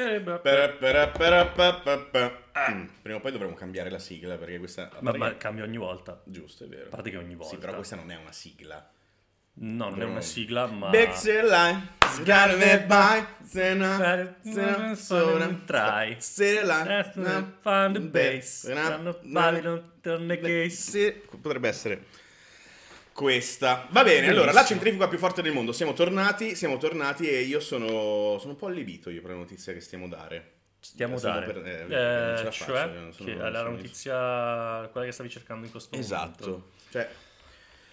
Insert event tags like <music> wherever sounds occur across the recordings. Perra, perra, perra, pa, pa, pa. Mm, Prima o poi dovremo cambiare la sigla perché questa... Ma, perché- ma cambia ogni volta. A Giusto, è vero. parte che ogni volta. Sì, però questa non è una sigla. No, non è una Però- sigla, ma... Big City Line, it's gotta be by, se no, se no, so no. Try. City Line, That's no, not fun the bass, se no, not no, fun the- turn the case. se- Potrebbe essere questa. Va bene, allora, la Benissimo. centrifuga più forte del mondo. Siamo tornati, siamo tornati e io sono, sono un po' allibito io per la notizia che stiamo dare. Stiamo Stiamo dare. per- eh, non ce la faccio, cioè, eh, non sono- che non è la sono- notizia, quella che stavi cercando in questo momento. Esatto. Cioè,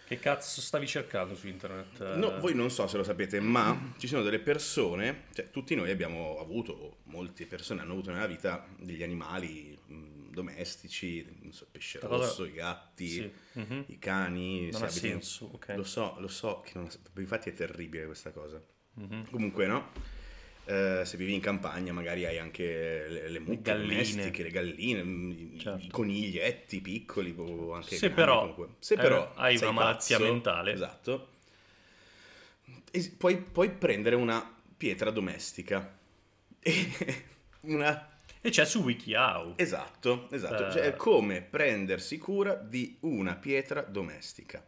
Che cazzo stavi cercando su internet? No, voi non so se lo sapete, ma ci sono delle persone, cioè tutti noi abbiamo avuto, o molte persone hanno avuto nella vita degli animali mh, domestici, non so, il pesce Questa cosa- rosso, i gatti, Sì. mhm. i cani, Non se ha abitano- senso, ok. Lo so, lo so che non ha senso, infatti è terribile questa cosa. Mhm. Comunque no, eh, se vivi in campagna magari hai anche le, le mucche galline. domestiche, le galline, mh, i- Certo. i coniglietti piccoli, o anche Se grandi, però comunque. se hai- però hai sei una malattia pazzo, mentale. Esatto. es- puoi, puoi prendere una pietra domestica. <laughs> E una E c'è su WikiHow. Esatto, esatto. Eh. Cioè, è come prendersi cura di una pietra domestica.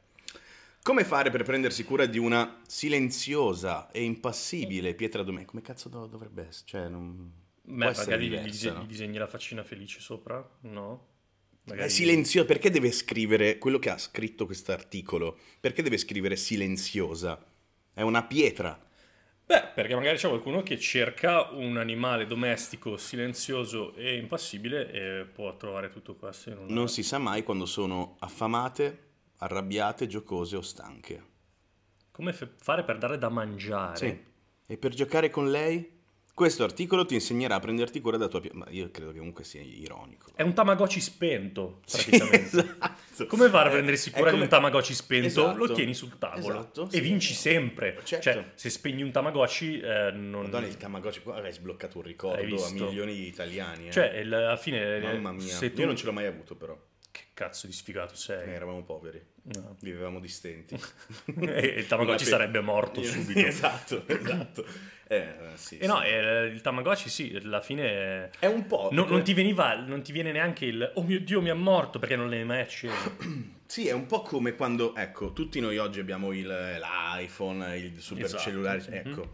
Come fare per prendersi cura di una silenziosa e impassibile pietra domestica? Come cazzo do- dovrebbe essere? Cioè, non... Beh, può essere magari gli, diversa, dise- no? Eh, gli disegni la faccina felice sopra? No? È Magari- silenziosa, perché deve scrivere quello che ha scritto quest'articolo? Perché deve scrivere silenziosa? È una pietra. Beh, perché magari c'è qualcuno che cerca un animale domestico silenzioso e impassibile e può trovare tutto questo in un... Non si sa mai quando sono affamate, arrabbiate, giocose o stanche. Come fe- fare per dare da mangiare? Sì. E per giocare con lei? Questo articolo ti insegnerà a prenderti cura della tua pietra. Ma io credo che comunque sia ironico. È un Tamagotchi spento, Sì, Eh, praticamente. <laughs> esatto. Come fare a Eh, prendersi è cura di come- un Tamagotchi spento? Esatto. Lo tieni sul tavolo Esatto, e sì. vinci sempre. Certo. Cioè, se spegni un Tamagotchi, eh, non... Madonna, il Tamagotchi qua hai sbloccato un Hai ricordo a visto? milioni di italiani. eh. Cioè, il- alla fine... Mamma mia, Se tu... Eh. io non ce l'ho mai avuto però. Che cazzo di sfigato sei? Noi eravamo poveri, No. vivevamo di stenti. <laughs> E il Tamagotchi Una pe- sarebbe <laughs> morto subito. <laughs> esatto, esatto. Eh, sì, E no, sì. eh, il Tamagotchi sì, alla fine... È un po'... eh, No- non, come- ti veniva, non ti viene neanche il oh mio dio mi ha morto perché non l'hai mai acceso. Sì, è un po' come quando, ecco, tutti noi oggi abbiamo il- l'iPhone, il supercellulare, Esatto. ecco.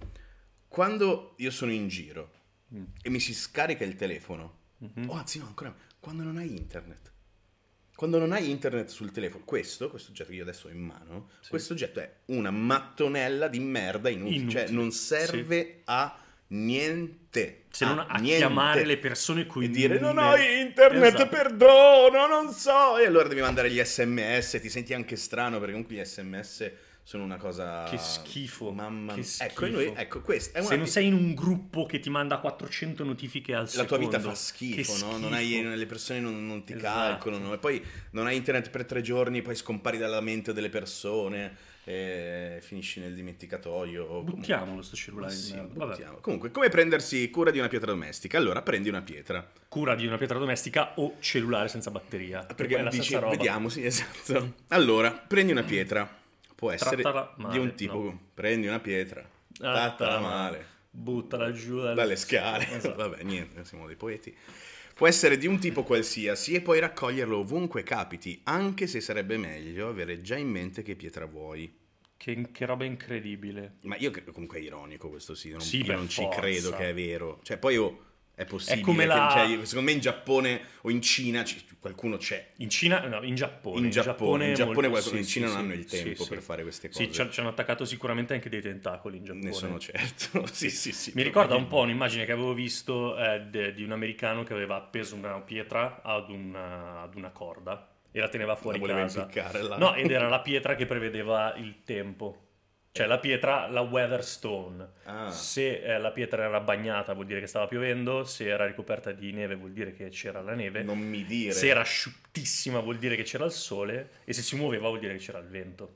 Quando io sono in giro Mm. e mi si scarica il telefono, Mhm. o anzi no, ancora, quando non hai internet. Quando non hai internet sul telefono, questo, questo oggetto che io adesso ho in mano, Sì. questo oggetto è una mattonella di merda inutile, Inutile, cioè non serve a niente. Se non a chiamare le persone coi e dire nomi. non ho internet, Esatto. perdono, non so. E allora devi mandare gli sms, ti senti anche strano perché comunque gli sms sono una cosa... Che schifo, Mamma che mia. schifo. Ecco, e noi- ecco, questa è una... Se non sei in un gruppo che ti manda 400 notifiche al La tua secondo. vita fa che schifo, no? schifo. Non hai- Oh, le persone non, non ti Esatto. calcolano e poi non hai internet per tre giorni, poi scompari dalla mente delle persone e finisci nel dimenticatoio. o comunque- Buttiamolo sto Ma cellulare sì, in merda. Vabbè. buttiamo. Comunque, come prendersi cura di una pietra domestica? Allora prendi una pietra. Cura di una pietra domestica o cellulare senza batteria. Ah, Che poi è Perché la dici, stessa roba. vediamo, sì, <laughs> esatto. Allora, prendi una pietra. Può essere Trattala male, di un tipo. Prendi una pietra. Trattala Trattala male. male. Ah, Buttala giù dalle, Dalle <laughs> scale. Esatto. Vabbè, niente, siamo dei poeti. Può essere di un tipo qualsiasi e puoi raccoglierlo ovunque capiti, anche se sarebbe meglio avere già in mente che pietra vuoi. Che, che roba incredibile. Ma io credo comunque è ironico questo sì, non, Sì, io per non ci forza. credo che è vero. Cioè, poi oh, è possibile. come che- la- cioè, secondo me in Giappone o in Cina ci- qualcuno c'è. In Cina, no, Oh, in Giappone. In Giappone, in Giappone molto- qualcuno- in sì, Cina sì, non sì, hanno il sì, tempo sì. per fare queste Sì, cose. ci ci hanno attaccato sicuramente anche dei tentacoli in Giappone. Ne sono certo. <laughs> sì, sì, sì. Mi ricorda un po' un'immagine che avevo visto eh, de- di un americano che aveva appeso una pietra ad una, ad una corda e la teneva La fuori voleva casa. impiccare là. No, ed era la pietra che prevedeva il tempo. Cioè la pietra, la Weatherstone. Ah, Se eh, la pietra era bagnata vuol dire che stava piovendo, se era ricoperta di neve vuol dire che c'era la neve, non mi dire. se era asciuttissima vuol dire che c'era il sole e se si muoveva vuol dire che c'era il vento.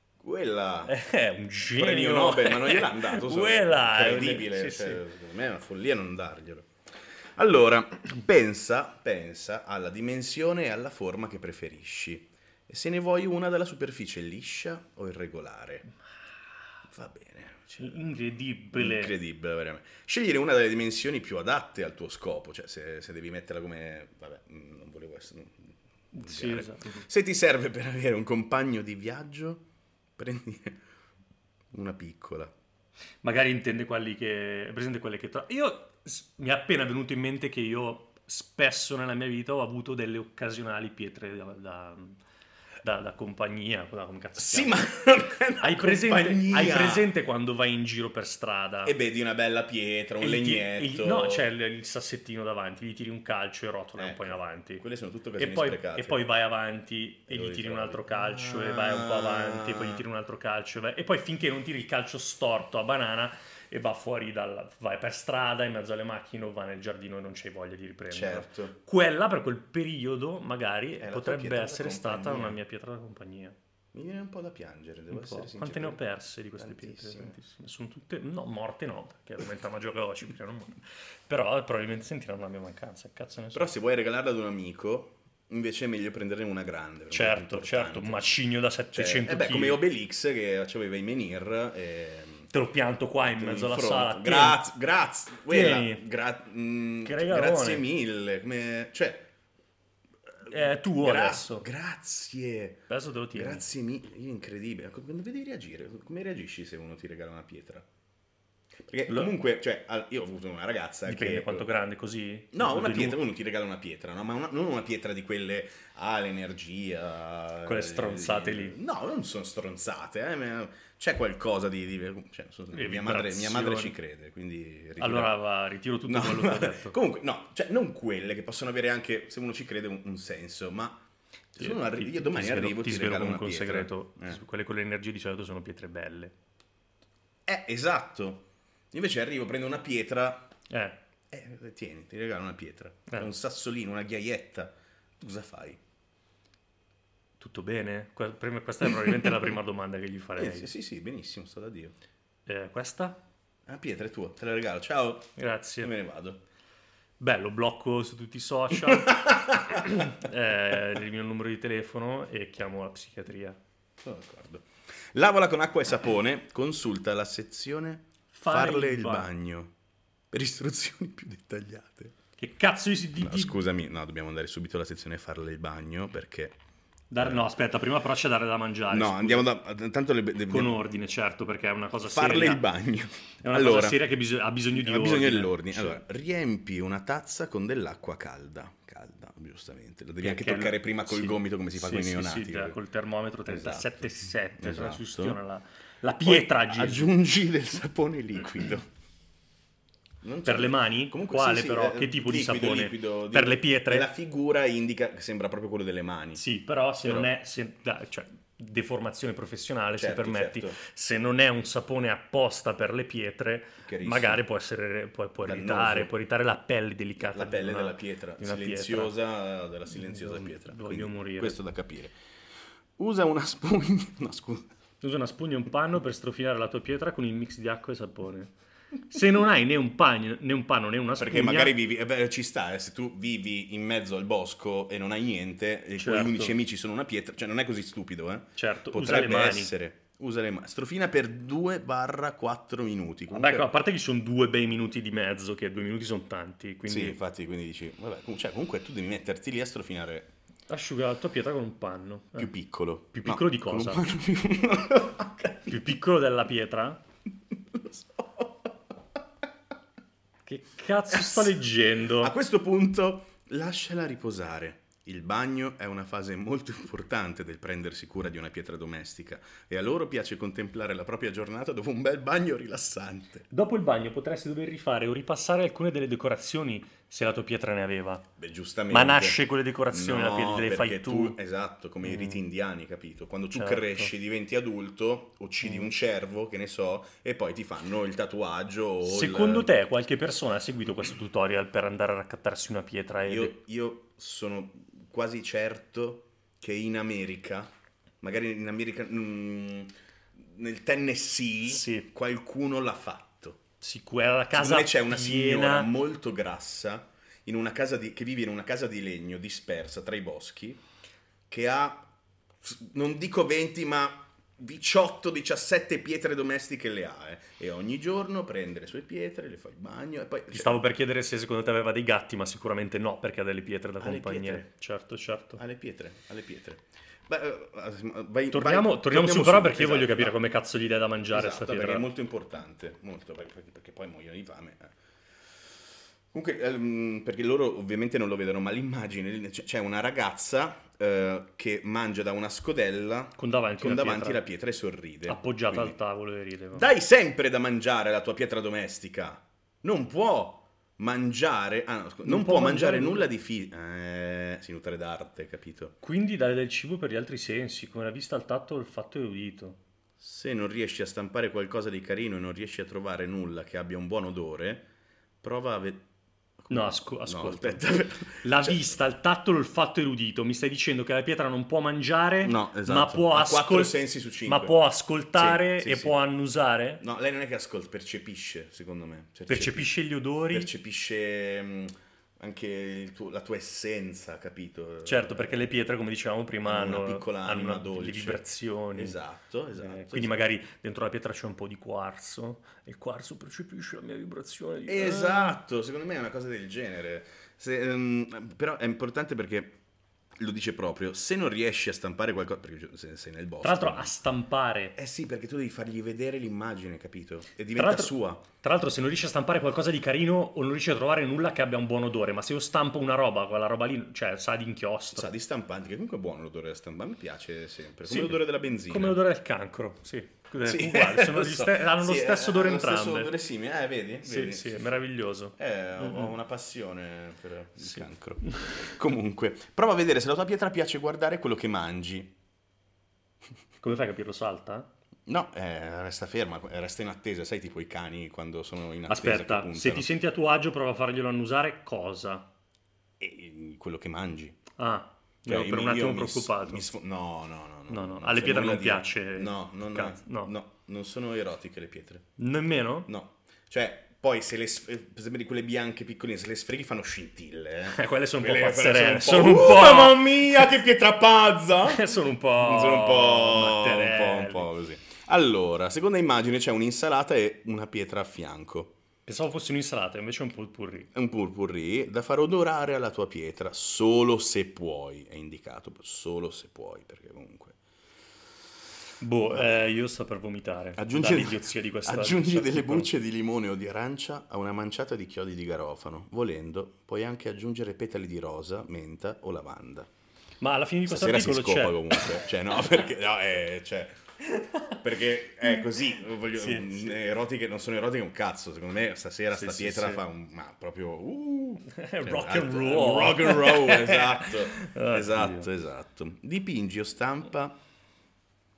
<laughs> Quella... È un genio. Premio Nobel, ma non <laughs> gliel'hanno dato. so- Quella è Incredibile. sì, cioè, sì. secondo me è una follia non darglielo. Allora, pensa, pensa alla dimensione e alla forma che preferisci. E se ne vuoi una dalla superficie liscia o irregolare? Va bene. Cioè, incredibile. Incredibile, veramente. Scegliere una delle dimensioni più adatte al tuo scopo, cioè se, se devi metterla come... Vabbè, mm, non volevo essere... non- non Sì, dire. esatto. Se ti serve per avere un compagno di viaggio, prendi una piccola. Magari intende quelli che. è presente quelle che trovo. Io s- mi è appena venuto in mente che io spesso nella mia vita ho avuto delle occasionali pietre da, da- da- da compagnia. da- come cazzo si Sì, chiama? ma <laughs> non è una Hai presente, compagnia. hai presente quando vai in giro per strada? E vedi una bella pietra, un e gli ti- e gli- legnetto. no, c'è il, il sassettino davanti, gli tiri un calcio e rotola un Ecco. po' in avanti. Quelle sono tutte E occasioni poi, sprecate. e poi vai avanti e, E lo gli tiri un ritrovi. altro calcio e Ah. vai un po' avanti e poi gli tiri un altro calcio e, vai- e poi finché non tiri il calcio storto a banana e va fuori dal, vai per strada in mezzo alle macchine o va nel giardino e non c'hai voglia di riprenderlo. Certo. Quella per quel periodo magari È la tua potrebbe pietra da essere stata compagnia. una mia pietra da compagnia. Mi viene un po' da piangere, devo Un po'. essere sincero. Quante ne ho perse di queste pietre? Tantissime. Tantissime. Sono tutte, no, morte no, perché diventava maggiore Cipriano muore. Però probabilmente sentiranno la mia mancanza, cazzo ne so. Però se vuoi regalarla ad un amico, invece è meglio prendere una grande. perché è certo, importante. certo, un macigno da Cioè, 700 eh beh, kg. come Obelix che aveva i ehm, menhir e... Te lo pianto qua in mezzo alla sala. Grazie, grazie. quella, Tieni. gra- mm, Che regalone. grazie mille. come- Cioè... Eh, È tuo gra- adesso. Grazie. Tieni, Adesso te lo tiro. Grazie mille. Io incredibile. Quando devi reagire, come reagisci se uno ti regala una pietra? Perché Lo- comunque, cioè, al- io ho avuto una ragazza Dipende che... quanto grande, così. No, Due una luci. pietra, uno ti regala una pietra, no? ma una- non una pietra di quelle, ah, l'energia... Quelle stronzate eh, lì. No, non sono stronzate, eh, ma c'è qualcosa di... di- cioè, sono- Le mia, madre, mia madre vibrazioni. ci crede, quindi... ritira- Allora va, ritiro tutto No, quello che ho detto. <laughs> comunque, no, cioè, non quelle che possono avere anche, se uno ci crede, un, un senso, ma... se Ti- uno arri- ti- io domani ti svelo- arrivo e ti, ti svelo regalo una comunque un pietra. segreto. Eh. Quelle con l'energia di solito sono pietre belle. Eh, esatto. Invece arrivo, prendo una pietra, Eh, eh, tieni, ti regalo una pietra. Eh. Un sassolino, una ghiaietta. Tu cosa fai? tutto bene? Que- prima- Questa è probabilmente la <laughs> prima domanda che gli farei. Eh, sì, sì, sì, benissimo, sto da Dio. Eh, questa? La pietra è tua, te la regalo. Ciao, Grazie. io me ne vado. Bello, blocco su tutti i social, <coughs> <laughs> eh, il mio numero di telefono e chiamo la psichiatria. Sono d'accordo. Lavola con acqua e sapone, consulta la sezione Fare Farle, il il bagno. bagno per istruzioni più dettagliate. Che cazzo di... di, No, di- scusami, no, dobbiamo andare subito alla sezione Farle il bagno perché... dare- no, aspetta, prima però c'è dare da mangiare. no, scusa. andiamo da... Tanto le... le- Con ordine, certo, perché è una cosa Farle seria. il bagno. È una allora, cosa seria che bisog- ha bisogno di ha ordine. bisogno dell'ordine. Sì. Allora, riempi una tazza con dell'acqua calda. Calda, giustamente. Lo devi Che- anche che- toccare prima col sì. gomito come si fa Sì, con i sì, neonati. Sì, perché- col termometro 37,7, Esatto. se la Esatto. sustiona la, la pietra, Poi Gesù. aggiungi del sapone liquido. Non c'è- Per le mani? Quale però? eh, Che tipo di liquido, sapone? liquido, Per di- le pietre? La figura indica che sembra proprio quello delle mani. Sì, però se Però- non è... se- da- cioè, deformazione professionale, Certo, se permetti. certo. Se non è un sapone apposta per le pietre, Chiarissimo. magari può, essere, può, può Dannoso. irritare, può irritare la pelle delicata. La di pelle una- della pietra, di una silenziosa, della silenziosa pietra. voglio Quindi, morire. Questo da capire. Usa una spugna. <laughs> No, scusa. Usa una spugna e un panno per strofinare la tua pietra con il mix di acqua e sapone. Se non hai né un, pagno- né un panno né una spugna... Perché magari vivi, eh beh, ci sta, eh, se tu vivi in mezzo al bosco e non hai niente, e i tuoi Certo. unici amici sono una pietra, cioè non è così stupido, eh? Certo, usa Potrebbe le mani. essere. Usa le mani. Strofina per 2-4 minuti. Vabbè, Comunque, ecco, a parte che ci sono due bei minuti di mezzo, che due minuti sono tanti, Sì, quindi infatti, quindi dici, vabbè, com- cioè, comunque tu devi metterti lì a strofinare asciuga la tua pietra con un panno. Eh. più piccolo. Più piccolo di con cosa? un panno più- Eh. Più piccolo della pietra? <laughs> Non lo so. Che cazzo sto A leggendo? questo punto lasciala riposare. Il bagno è una fase molto importante del prendersi cura di una pietra domestica e a loro piace contemplare la propria giornata dopo un bel bagno rilassante. Dopo il bagno potresti dover rifare o ripassare alcune delle decorazioni se la tua pietra ne aveva. Beh, giustamente. Ma nasce con le decorazioni, la No, pie- le fai perché tu. Esatto, come i Mm. riti indiani, capito? Quando tu Certo. cresci, diventi adulto, uccidi Mm. un cervo, che ne so, e poi ti fanno il tatuaggio o il- Secondo te qualche persona ha seguito questo tutorial per andare a raccattarsi una pietra e... Io, io sono quasi certo che in America, magari in America, mm, nel Tennessee, Sì. qualcuno l'ha fatto. Sì, quella Secondo casa me c'è una signora piena... molto grassa in una casa di- che vive in una casa di legno dispersa tra i boschi che ha, non dico 20, ma 18-17 pietre domestiche le ha eh. e ogni giorno prende le sue pietre, le fa il bagno e poi... Ti stavo per chiedere se secondo te aveva dei gatti, ma sicuramente no, perché ha delle pietre da Ha le compagnia. pietre. Certo, certo. Alle pietre, alle pietre. Beh, eh, vai- Torniamo, vai- torniamo su però perché io esatto, voglio capire no. come cazzo gli dai da mangiare a sta Esatto, perché pietra. è molto importante, molto, perché, perché poi muoiono di fame. eh. Comunque, ehm, perché loro ovviamente non lo vedono, ma l'immagine, c- c'è una ragazza eh, che mangia da una scodella Con davanti, con una davanti pietra la pietra e sorride. appoggiata Quindi, al tavolo e rideva. Dai sempre da mangiare alla tua pietra domestica. Non può mangiare, ah, no, scu- non, può, mangiare, nulla di fi... Eh, sinutare d'arte, capito? Quindi dare del cibo per gli altri sensi, come la vista, il tatto, il fatto e l'udito. Se non riesci a stampare qualcosa di carino e non riesci a trovare nulla che abbia un buon odore, prova a vedere. No, asco- ascolta. aspetta. <laughs> La Cioè- vista, il tatto, l'olfatto e l'udito. Mi stai dicendo che la pietra non può mangiare, No, esatto. ma, può Ha quattro ascol- sensi su cinque. ma può ascoltare Sì, sì, e sì. può annusare? No, lei non è che ascolta, percepisce, secondo me. Percepisce gli odori? Percepisce mh, anche il tuo- la tua essenza, capito? Certo, perché le pietre, come dicevamo prima, Hanno hanno, una piccola hanno anima una- dolce. le vibrazioni. Esatto, Eh, esatto. quindi magari dentro la pietra c'è un po' di quarzo e il quarzo percepisce la mia vibrazione. dice, Esatto, secondo me è una cosa del genere. Se, ehm, però è importante perché lo dice proprio, se non riesci a stampare qualcosa, perché se- sei nel "Ah". bosco. Tra l'altro a stampare Eh sì, perché tu devi fargli vedere l'immagine, capito? E diventa l'altro- sua. Tra l'altro, se non riesci a stampare qualcosa di carino o non riesci a trovare nulla che abbia un buon odore, ma se io stampo una roba, quella roba lì, cioè, sa di inchiostro. Sa di stampante, che comunque è buono l'odore della stampante, mi piace sempre. Come Sì. l'odore della benzina. Come l'odore del cancro, sì. Eh, Sì, Uguale, sono <laughs> lo gli so. ste- hanno lo Sì, stesso eh, odore hanno lo entrambe. stesso odore simile, eh, vedi? Sì, Vedi? sì, è meraviglioso. Eh, ho, ho Mhm. una passione per il Sì. cancro. <laughs> comunque, prova a vedere se la tua pietra piace guardare quello che mangi. Come fai a capirlo? Salta? No, eh, resta ferma, resta in attesa, sai tipo i cani quando sono in attesa che Aspetta, puntano. se ti senti a tuo agio, prova a farglielo annusare. Cosa? E, eh, quello che mangi. Ah, Cioè, ero io per mi- un attimo io mi s- preoccupato. mi sfo- no, no, no, no. No, no, no, cioè, alle c'è pietre nulla non di- piace. No, no, no, Cazzo, no. no. non sono erotiche le pietre. Nemmeno? No. Cioè, poi se le sf- eh, per esempio di quelle bianche piccoline, se le sfreghi fanno scintille, eh. Eh, quelle sono un po' Quelle- quelle pazzerelle. sono un po'- Uh, mamma mia, che <laughs> pietra pazza! <laughs> sono un po'. Sono un po', un po', Oh, matterelli. un po' così. Allora, seconda immagine c'è un'insalata e una pietra a fianco. Pensavo fosse un'insalata, invece è un potpourri. È un purpurri da far odorare alla tua pietra, solo se puoi, è indicato, solo se puoi, perché comunque... Boh, eh, io sto per vomitare. Aggiungi, Dall'idiozia di questa cioè, aggiungi questa delle piccola- bucce di limone o di arancia a una manciata di chiodi di garofano. Volendo, puoi anche aggiungere petali di rosa, menta o lavanda. Ma alla fine di questo Stasera si articolo scopa c'è. comunque. Cioè, no, perché... No, eh, cioè, perché è così, voglio, Sì, mh, sì. erotiche, non sono erotiche un cazzo, secondo me stasera Sì, sta sì, pietra sì. fa un... ma proprio... uh, <laughs> rock Esatto, and roll. Rock <laughs> and roll, esatto. Ah, esatto, Dio. esatto. Dipingi o stampa.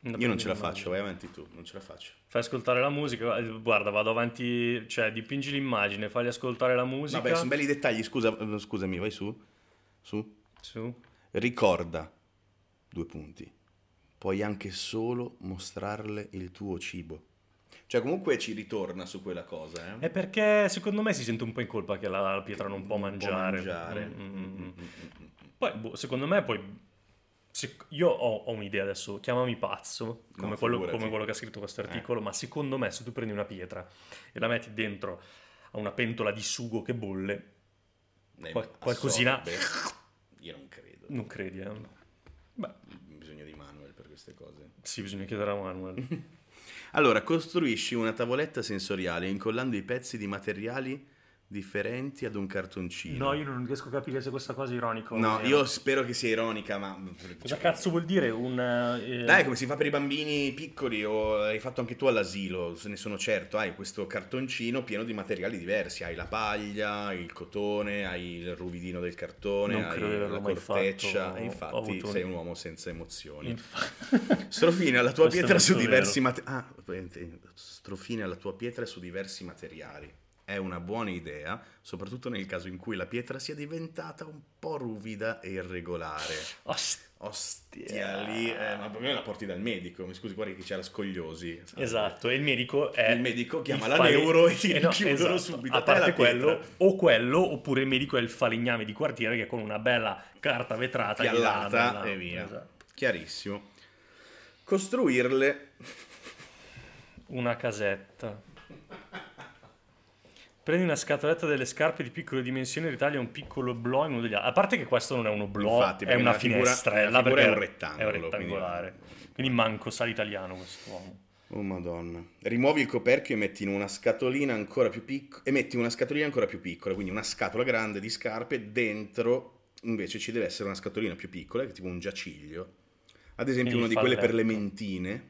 Io non ce la faccio, vai avanti tu, non ce la faccio. Fai ascoltare la musica. eh, Guarda, vado avanti. Cioè, dipingi l'immagine, fagli ascoltare la musica. Vabbè, sono belli dettagli, scusa, eh, scusami, vai su. Su. Su. Ricorda, due punti, puoi anche solo mostrarle il tuo cibo. Cioè comunque ci ritorna su quella cosa, eh. È perché secondo me si sente un po' in colpa che la, la pietra non può mangiare. mangiare. Mm, mm, mm, mm. Poi, boh, secondo me, poi. se- io ho, ho un'idea adesso, chiamami pazzo, No, come, quello, figurati. Eh. come quello che ha scritto questo articolo, ma secondo me se tu prendi una pietra e la metti dentro a una pentola di sugo che bolle, Eh, qual- qualcosina- assorbe. Io non credo. non credi, eh? Beh, Bisogna di Manuel per queste cose. sì, bisogna chiedere a <laughs> Manuel. Allora, costruisci una tavoletta sensoriale incollando i pezzi di materiali differenti ad un cartoncino. No, io non riesco a capire se questa cosa è ironica. o No, meno. io spero che sia ironica, ma... Cosa cazzo vuol dire un... eh, Dai, come si fa per i bambini piccoli o hai fatto anche tu all'asilo, se ne sono certo, hai questo cartoncino pieno di materiali diversi, hai la paglia, hai il cotone, hai il ruvidino del cartone, Non hai credo di averlo la mai corteccia fatto, e ho- infatti ho avuto un- sei un uomo senza emozioni. Infa- Strofina la tua Questo pietra non su so diversi materiali. strofina la tua pietra su diversi materiali. È una buona idea, soprattutto nel caso in cui la pietra sia diventata un po' ruvida e irregolare. <laughs> Ost- Ostia, lì, eh, ma per me la porti dal medico. Mi scusi, guarda che c'è la scogliosi. Esatto, e il medico è... Il medico chiama il Eh, la neuro e ti richiudono subito. esatto. A Te la parte pietra. quello, o quello, oppure il medico è il falegname di quartiere che con una bella carta vetrata gli dà- Piallata dà- e via. Esatto. Chiarissimo. costruirle. Una casetta. Prendi una scatoletta delle scarpe di piccole dimensioni e ritaglia un piccolo oblò in uno degli altri. A parte che questo non è un oblò, Infatti, è perché una la figura- finestrella. la figura perché è un rettangolo, È un rettangolare. Quindi, quindi- manco sa l'italiano quest'uomo. Oh madonna. Rimuovi il coperchio e metti in una scatolina ancora più piccola. E metti una scatolina ancora più piccola, quindi una scatola grande di scarpe. Dentro invece ci deve essere una scatolina più piccola, che è tipo un giaciglio. Ad esempio, Quindi una di quelle per le falletto. mentine.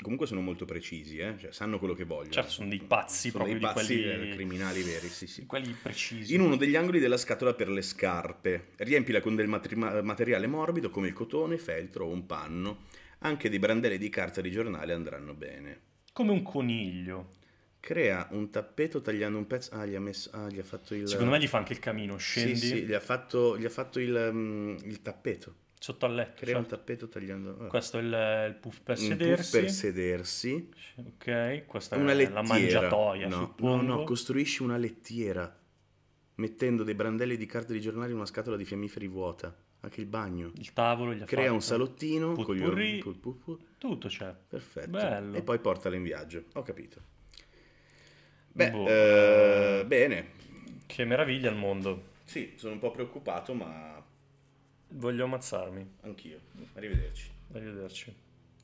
Comunque sono molto precisi, eh? cioè, sanno quello che vogliono. Certo, sono dei pazzi Sono dei proprio di pazzi quelli- eh, criminali veri, sì, sì. Quelli precisi. In uno degli angoli della scatola per le scarpe. Riempila con del matri- ma- materiale morbido come il cotone, feltro o un panno. Anche dei brandelli di carta di giornale andranno bene. Come un coniglio. Crea un tappeto tagliando un pezzo. Ah, gli ha, messo... ah, gli ha fatto il. Secondo me gli fa anche il camino. Scendi Sì, sì, gli ha fatto, gli ha fatto il, mm, il tappeto. sotto al letto. Crea cioè. un tappeto tagliando. ah. Questo è il, il puff per Un puff sedersi. per sedersi. Ok, questa Una è lettiera. la mangiatoia, no, suppongo. No, no, costruisci una lettiera mettendo dei brandelli di carte di giornale in una scatola di fiammiferi vuota. Anche il bagno. il tavolo gli ha Crea fatto. un salottino con gli Potpourri. or- pu- pu- pu- Tutto cioè, c'è. Perfetto. Bello. E poi portala in viaggio. Ho capito. Beh, Boh. eh, bene. Che meraviglia il mondo. Sì, sono un po' preoccupato, ma Voglio ammazzarmi. anch'io. Arrivederci. Arrivederci.